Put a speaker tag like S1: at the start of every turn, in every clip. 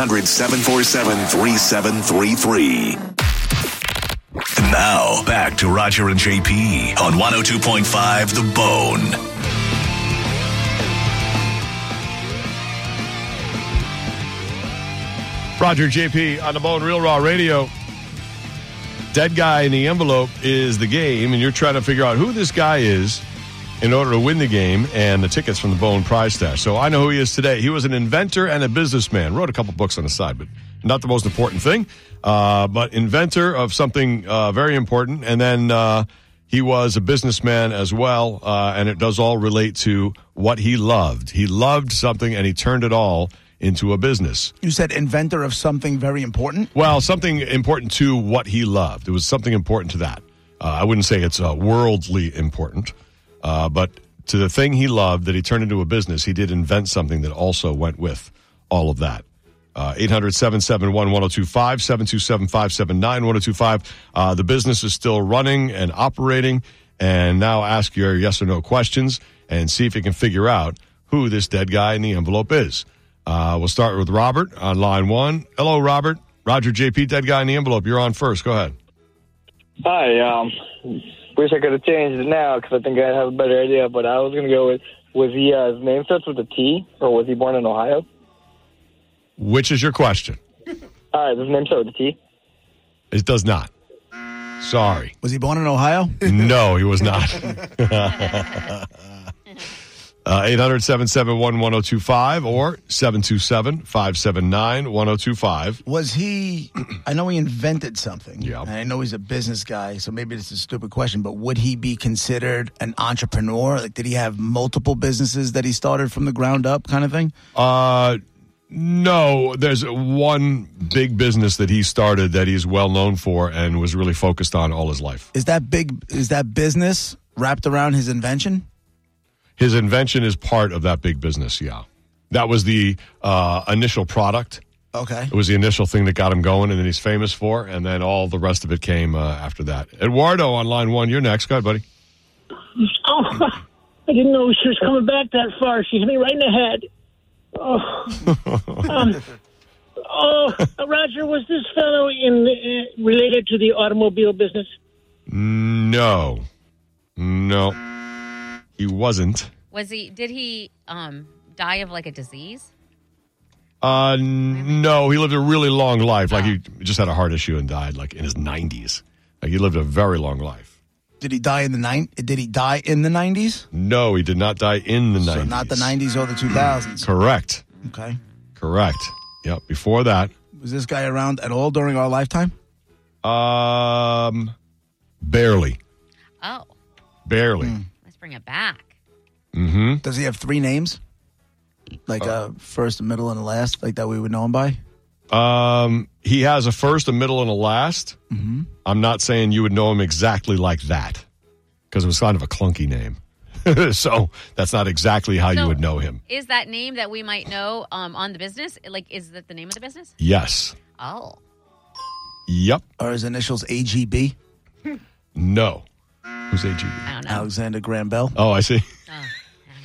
S1: 800 3733. Now, back to Roger and JP on 102.5 The Bone.
S2: Roger JP on the Bone Real Raw Radio. Dead guy in the envelope is the game, and you're trying to figure out who this guy is in order to win the game and the tickets from the Bone Prize Stash. So I know who he is today. He was an inventor and a businessman. Wrote a couple books on the side, but not the most important thing. Uh, but inventor of something uh, very important, and then uh, he was a businessman as well. Uh, and it does all relate to what he loved. He loved something, and he turned it all into a business.
S3: You said inventor of something very important.
S2: Well, something important to what he loved. It was something important to that. Uh, I wouldn't say it's uh, worldly important, uh, but to the thing he loved that he turned into a business, he did invent something that also went with all of that. Uh, 800 771 1025, 727 579 1025. Uh, The business is still running and operating. And now ask your yes or no questions and see if you can figure out who this dead guy in the envelope is. Uh, we'll start with Robert on line one. Hello, Robert. Roger JP, dead guy in the envelope. You're on first. Go ahead.
S4: Hi. Um, wish I could have changed it now because I think I'd have a better idea. But I was going to go with was he uh, his name starts with a T or was he born in Ohio?
S2: Which is your question?
S4: All right, his name starts with a T.
S2: It does not. Sorry.
S3: Was he born in Ohio?
S2: No, he was not. 800 771 1025 or 727 579 1025.
S3: Was he? I know he invented something.
S2: Yeah.
S3: And I know he's a business guy, so maybe this is a stupid question, but would he be considered an entrepreneur? Like, did he have multiple businesses that he started from the ground up, kind of thing?
S2: Uh, no, there's one big business that he started that he's well known for and was really focused on all his life.
S3: Is that big? Is that business wrapped around his invention?
S2: his invention is part of that big business. Yeah, that was the uh, initial product.
S3: Okay.
S2: It was the initial thing that got him going, and then he's famous for. And then all the rest of it came uh, after that. Eduardo on line one, you're next. Go ahead, buddy.
S5: Oh, I didn't know she was coming back that far. She hit me right in the head. Oh, um, oh Roger, was this fellow in uh, related to the automobile business?
S2: No, no, he wasn't.
S6: Was he? Did he um, die of like a disease?
S2: Uh, n- no, he lived a really long life. Like he just had a heart issue and died like in his 90s. Like he lived a very long life.
S3: Did he die in the nine? Did he die in the nineties?
S2: No, he did not die in the 90s.
S3: So not the nineties or the two thousands.
S2: Correct.
S3: Okay.
S2: Correct. Yep. Before that,
S3: Was this guy around at all during our lifetime?
S2: Um, barely, Hmm.
S6: Oh,
S2: barely.
S6: let's bring it back.
S2: Mm-hmm.
S3: Does he have three names? Like uh, first, middle, and last, like that we would know him by.
S2: Um, he has a first, a middle, and a last. Mm-hmm. I'm not saying you would know him exactly like that because it was kind of a clunky name. so that's not exactly how you
S6: So-
S2: would know him.
S6: Is that name that we might know um, on the business? Like, is that the name of the business?
S2: Yes.
S6: Oh,
S2: Yep.
S3: Are his initials AGB?
S2: No. Who's AGB?
S6: I don't know.
S3: Alexander Graham Bell.
S2: Oh, I see.
S6: Oh,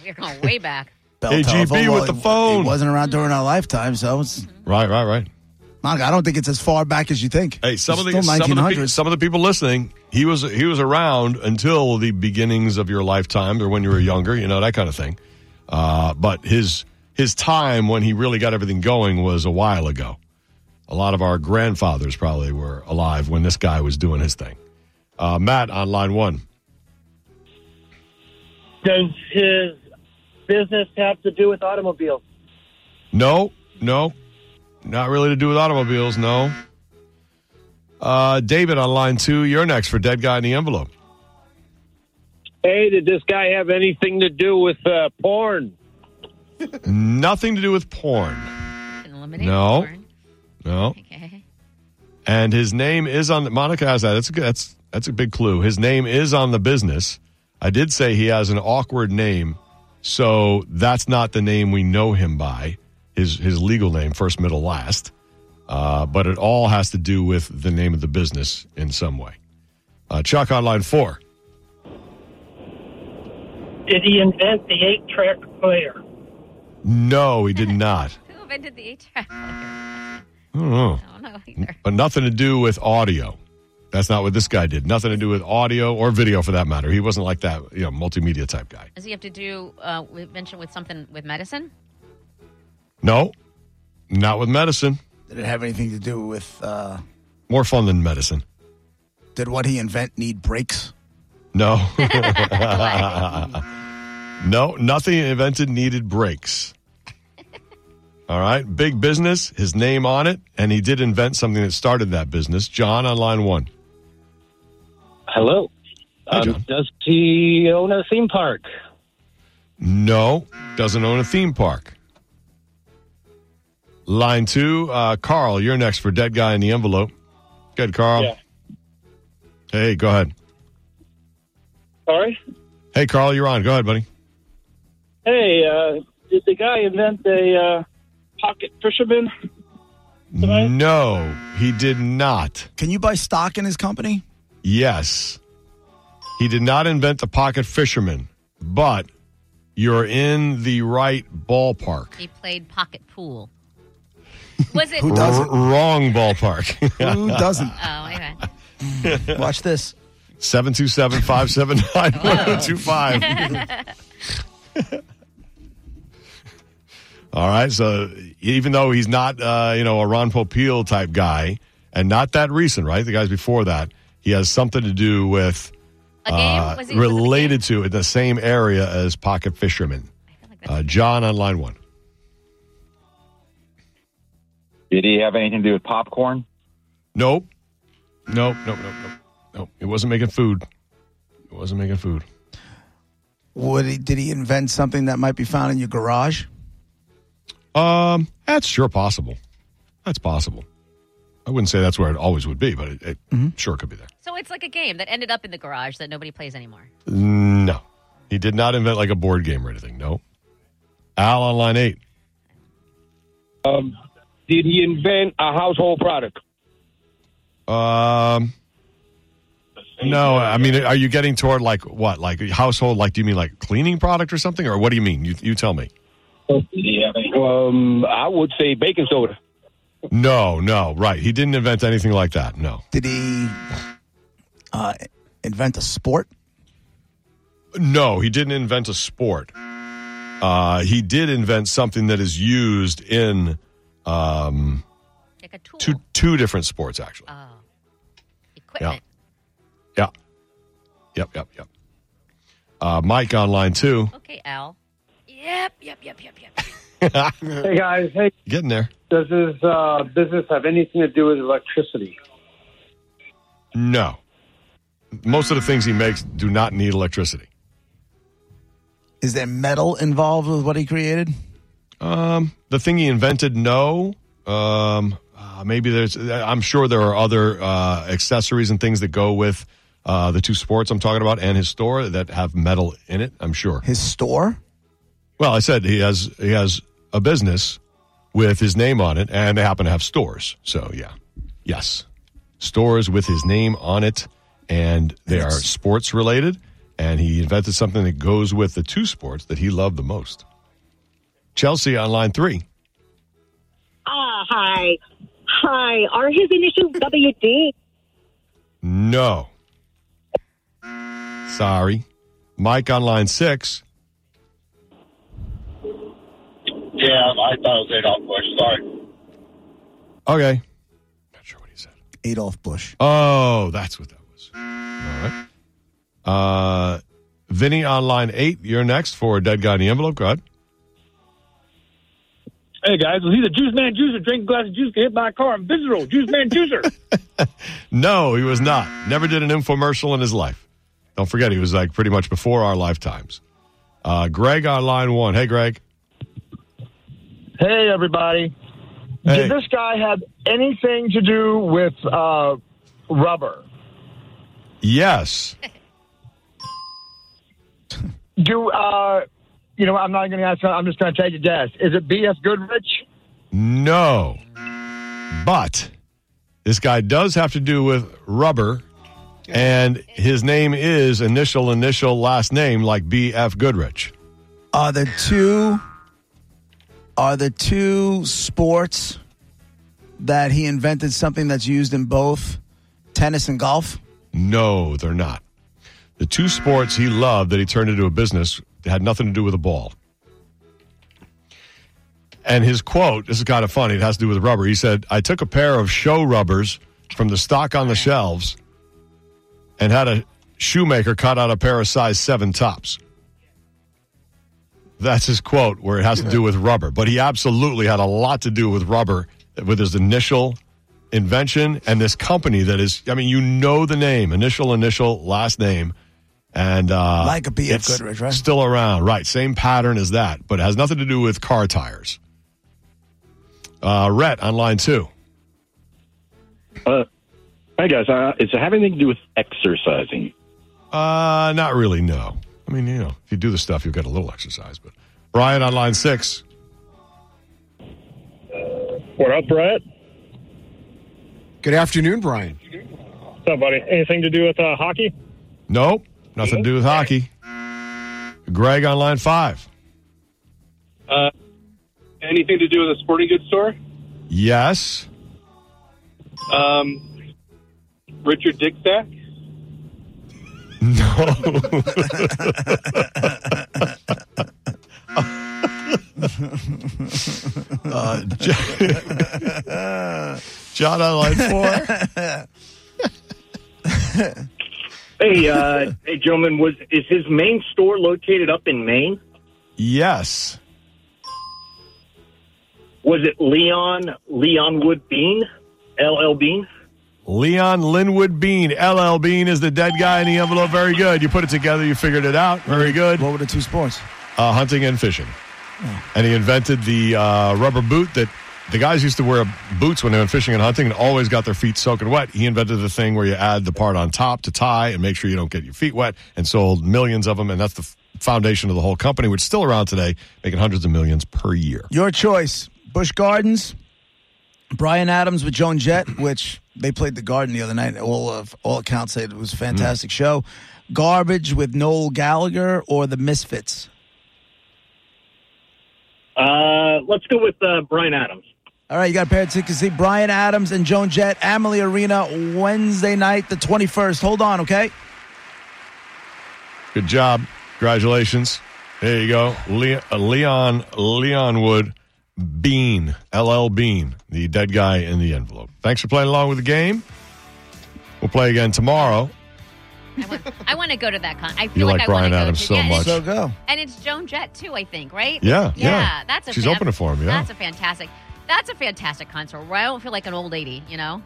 S6: we're going way back.
S3: Bell
S2: AGB with the
S3: it-
S2: phone.
S3: It wasn't around during our lifetime, so it's.
S2: Right, right, right.
S3: Manga, I don't think it's as far back as you think.
S2: Hey, some
S3: it's
S2: of the
S3: still
S2: some of the, pe-
S3: 1900s.
S2: some of the people listening, he was he was around until the beginnings of your lifetime or when you were younger, you know that kind of thing. Uh, but his his time when he really got everything going was a while ago. A lot of our grandfathers probably were alive when this guy was doing his thing. Uh, Matt on line one.
S5: Does his business have to do with automobiles?
S2: No, no, not really to do with automobiles. No. Uh, David on line two. You're next for dead guy in the envelope.
S7: Hey, did this guy have anything to do with uh, porn?
S2: Nothing to do with porn.
S6: Can eliminate
S2: No.
S6: porn.
S2: No.
S6: Okay.
S2: and his name is on Monica has that. That's a good, that's that's a big clue. His name is on the business. I did say he has an awkward name, so that's not the name we know him by. His his legal name, first, middle, last. Uh, but it all has to do with the name of the business in some way. Uh, Chuck on line four.
S5: Did he invent the eight track player?
S2: No, he did not.
S6: Who invented the eight track player?
S2: don't know.
S6: I don't know either.
S2: But nothing to do with audio. That's not what this guy did. Nothing to do with audio or video for that matter. He wasn't like that, you know, multimedia type guy.
S6: Does he have to do uh, we mentioned with something with medicine?
S2: No, not with medicine.
S3: Did it have anything to do with? Uh,
S2: More fun than medicine.
S3: did what he invent need breaks?
S2: No. no, nothing invented needed breaks. All right. Big business, his name on it, and he did invent something that started that business. John on line one.
S7: Hello.
S2: Hi, John.
S7: um, does he own a theme park?
S2: No, doesn't own a theme park. Line two, uh, Carl, you're next for Dead Guy in the Envelope. Good, Carl.
S7: Yeah.
S2: Hey, go ahead.
S7: Sorry.
S2: Hey, Carl, you're on. Go ahead, buddy.
S7: Hey, uh, did the guy invent a uh, pocket fisherman? I-
S2: No, he did not.
S3: Can you buy stock in his company?
S2: Yes. He did not invent the pocket fisherman, but you're in the right ballpark.
S6: He played pocket pool. Was it?
S3: Who
S6: oh,
S3: does-
S2: R- wrong ballpark.
S3: Who doesn't?
S6: okay.
S3: Watch this.
S2: 727 579 1025. All right. So even though he's not, uh, you know, a Ron Popeil type guy and not that recent, right? The guys before that, he has something to do with
S6: A game?
S2: uh,
S6: was he, was it a game?
S2: related to it, the same area as Pocket Fisherman.
S6: I feel like that's-
S2: Uh, John on line one.
S8: Did he have anything to do with popcorn?
S2: Nope. Nope. Nope. Nope. Nope. Nope. It wasn't making food. It wasn't making food.
S3: Would he, did he invent something that might be found in your garage?
S2: Um, that's sure possible. That's possible. I wouldn't say that's where it always would be, but it, it sure could be there.
S6: so it's like a game that ended up in the garage that nobody plays anymore.
S2: No, he did not invent like a board game or anything. No. Al on line eight.
S7: Did he invent a household product?
S2: Um. No, I mean, are you getting toward like what, like household? Like, do you mean like cleaning product or something, or what do you mean? You you tell me.
S7: Um, I would say baking soda.
S2: No, no, right. He didn't invent anything like that. No.
S3: Did he uh, invent a sport?
S2: No, he didn't invent a sport. Uh, he did invent something that is used in um,
S6: Like a tool.
S2: two two different sports, actually.
S6: oh. Equipment.
S2: Yeah. Yep. Yep. Yep. Uh, Mike online too.
S6: Okay, Al. Yep, yep, yep, yep, yep.
S7: Hey guys, hey,
S2: Getting there.
S7: does his uh, business have anything to do with electricity?
S2: No. Most of the things he makes do not need electricity.
S3: Is there metal involved with what he created?
S2: Um, the thing he invented, no. Um, uh, maybe there's. I'm sure there are other uh, accessories and things that go with uh, the two sports I'm talking about and his store that have metal in it. I'm sure.
S3: His store?
S2: Well, I said he has he has a business with his name on it, and they happen to have stores. So yeah, yes, stores with his name on it, and they are sports related. And he invented something that goes with the two sports that he loved the most. Chelsea on line three.
S9: Ah, hi. Hi. Are his initials WD?
S2: No. Sorry. Mike on line six.
S7: Yeah, I thought it was Adolf Bush. Sorry.
S2: Okay. Not sure what he said.
S3: Adolf Bush.
S2: Oh, that's what that was. All right. Uh, Vinny on line eight. You're next for Dead Guy in the Envelope. Go ahead.
S7: Hey guys, was he the juice man juicer? Drink a glass of juice, get hit by a car, and visceral juice man juicer.
S2: No, he was not. Never did an infomercial in his life. Don't forget, he was like pretty much before our lifetimes. Uh, Greg on line one. Hey, Greg.
S10: Hey, everybody.
S2: Hey.
S10: Did this guy have anything to do with uh, rubber?
S2: Yes.
S10: Do, uh, you know, I'm not going to ask, I'm just going to take a guess. Is it B.F. Goodrich?
S2: No. But this guy does have to do with rubber, and his name is initial, initial, last name, like B.F. Goodrich.
S3: Are the two are the two sports that he invented something that's used in both tennis and golf?
S2: No, they're not. The two sports he loved that he turned into a business had nothing to do with a ball. And his quote, this is kind of funny, it has to do with rubber. He said, I took a pair of show rubbers from the stock on the shelves and had a shoemaker cut out a pair of size seven tops. That's his quote, where it has to do with rubber. But he absolutely had a lot to do with rubber with his initial invention and this company that is, I mean, you know the name, initial, initial, last name. And uh,
S3: Like a B.F.
S2: it's
S3: Goodrich, right?
S2: Still around, right? Same pattern as that, but it has nothing to do with car tires. Uh, Rhett on line two.
S11: Uh, hi guys, uh, does it have anything to do with exercising?
S2: Uh, not really. No. I mean, you know, if you do the stuff, you'll get a little exercise. But Brian on line six.
S12: What up, Brett?
S13: Good afternoon, Brian.
S12: What's up, buddy? Anything to do with uh, hockey?
S2: Nope, nothing to do with hockey. Greg on line five.
S14: Uh, anything to do with a sporting goods store?
S2: Yes.
S14: Um, Richard Dickstack?
S2: No. uh, John, John on line four.
S15: Hey, uh, hey, gentlemen, was is his main store located up in Maine?
S2: Yes.
S15: Was it Leon Leon Wood Bean, LL Bean?
S2: Leon Linwood Bean, LL Bean is the dead guy in the envelope. Very good. You put it together. You figured it out. Very good. What
S3: were the two sports?
S2: Uh, hunting and fishing. And he invented the uh, rubber boot that the guys used to wear boots when they went fishing and hunting and always got their feet soaking wet. He invented the thing where you add the part on top to tie and make sure you don't get your feet wet and sold millions of them. And that's the f- foundation of the whole company, which is still around today, making hundreds of millions per year.
S3: Your choice. Bush Gardens, Brian Adams with Joan Jett, which they played the Garden the other night. All of all accounts say it was a fantastic show. Garbage with Noel Gallagher or the Misfits.
S15: Uh, let's go with uh, Brian Adams.
S3: All right, you got a pair of tickets to see Brian Adams and Joan Jett, Amalie Arena, Wednesday night, the 21st. Hold on, okay?
S2: Good job. Congratulations. There you go. Le- uh, Leon Leonwood Bean, LL Bean, the dead guy in the envelope. Thanks for playing along with the game. We'll play again tomorrow.
S6: I want, I want to go to that con. I feel
S2: You
S6: like,
S2: like
S6: I
S2: Bryan
S6: want to go
S2: Adams
S6: to,
S2: so
S6: yeah, and
S2: much.
S6: it's-
S2: So go.
S6: And it's Joan Jett too, I think, right?
S2: Yeah, yeah.
S6: That's a
S2: She's
S6: fan-
S2: opening for 'em, yeah.
S6: That's a fantastic. That's a fantastic concert where I don't feel like an old lady, you know.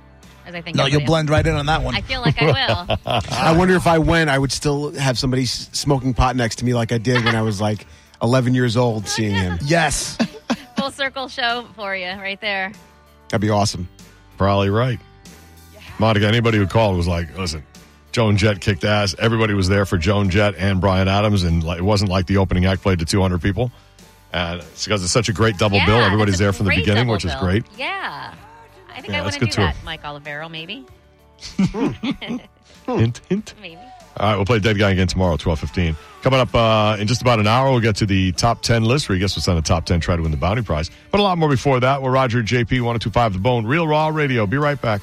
S6: As I think.
S3: No, you'll
S6: everybody-
S3: blend right in on that one.
S6: I feel like I will.
S13: I wonder if I went, I would still have somebody s- smoking pot next to me like I did when I was like 11 years old seeing him.
S3: Yes.
S6: Full circle show for you, right there.
S2: That'd be awesome. Probably right. Monica, anybody who called was like, listen, Joan Jett kicked ass. Everybody was there for Joan Jett and Brian Adams, and like, it wasn't like the opening act played to 200 people. And it's because it's such a great double
S6: Yeah,
S2: bill.
S6: that's
S2: Everybody's
S6: a
S2: there from the
S6: great
S2: beginning,
S6: double
S2: which is
S6: bill.
S2: great.
S6: Yeah. I think
S2: Yeah,
S6: I want
S2: that's
S6: to do
S2: good tour.
S6: that, Mike Olivero, maybe.
S2: Hint, hint.
S6: Maybe.
S2: All right, we'll play Dead Guy again tomorrow, twelve fifteen. Coming up uh, in just about an hour, we'll get to the top 10 list where you guess what's on the top 10, try to win the bounty oh prize. But a lot more before that. We're Roger and JP, 1025 The Bone, Real Raw Radio. Be right back.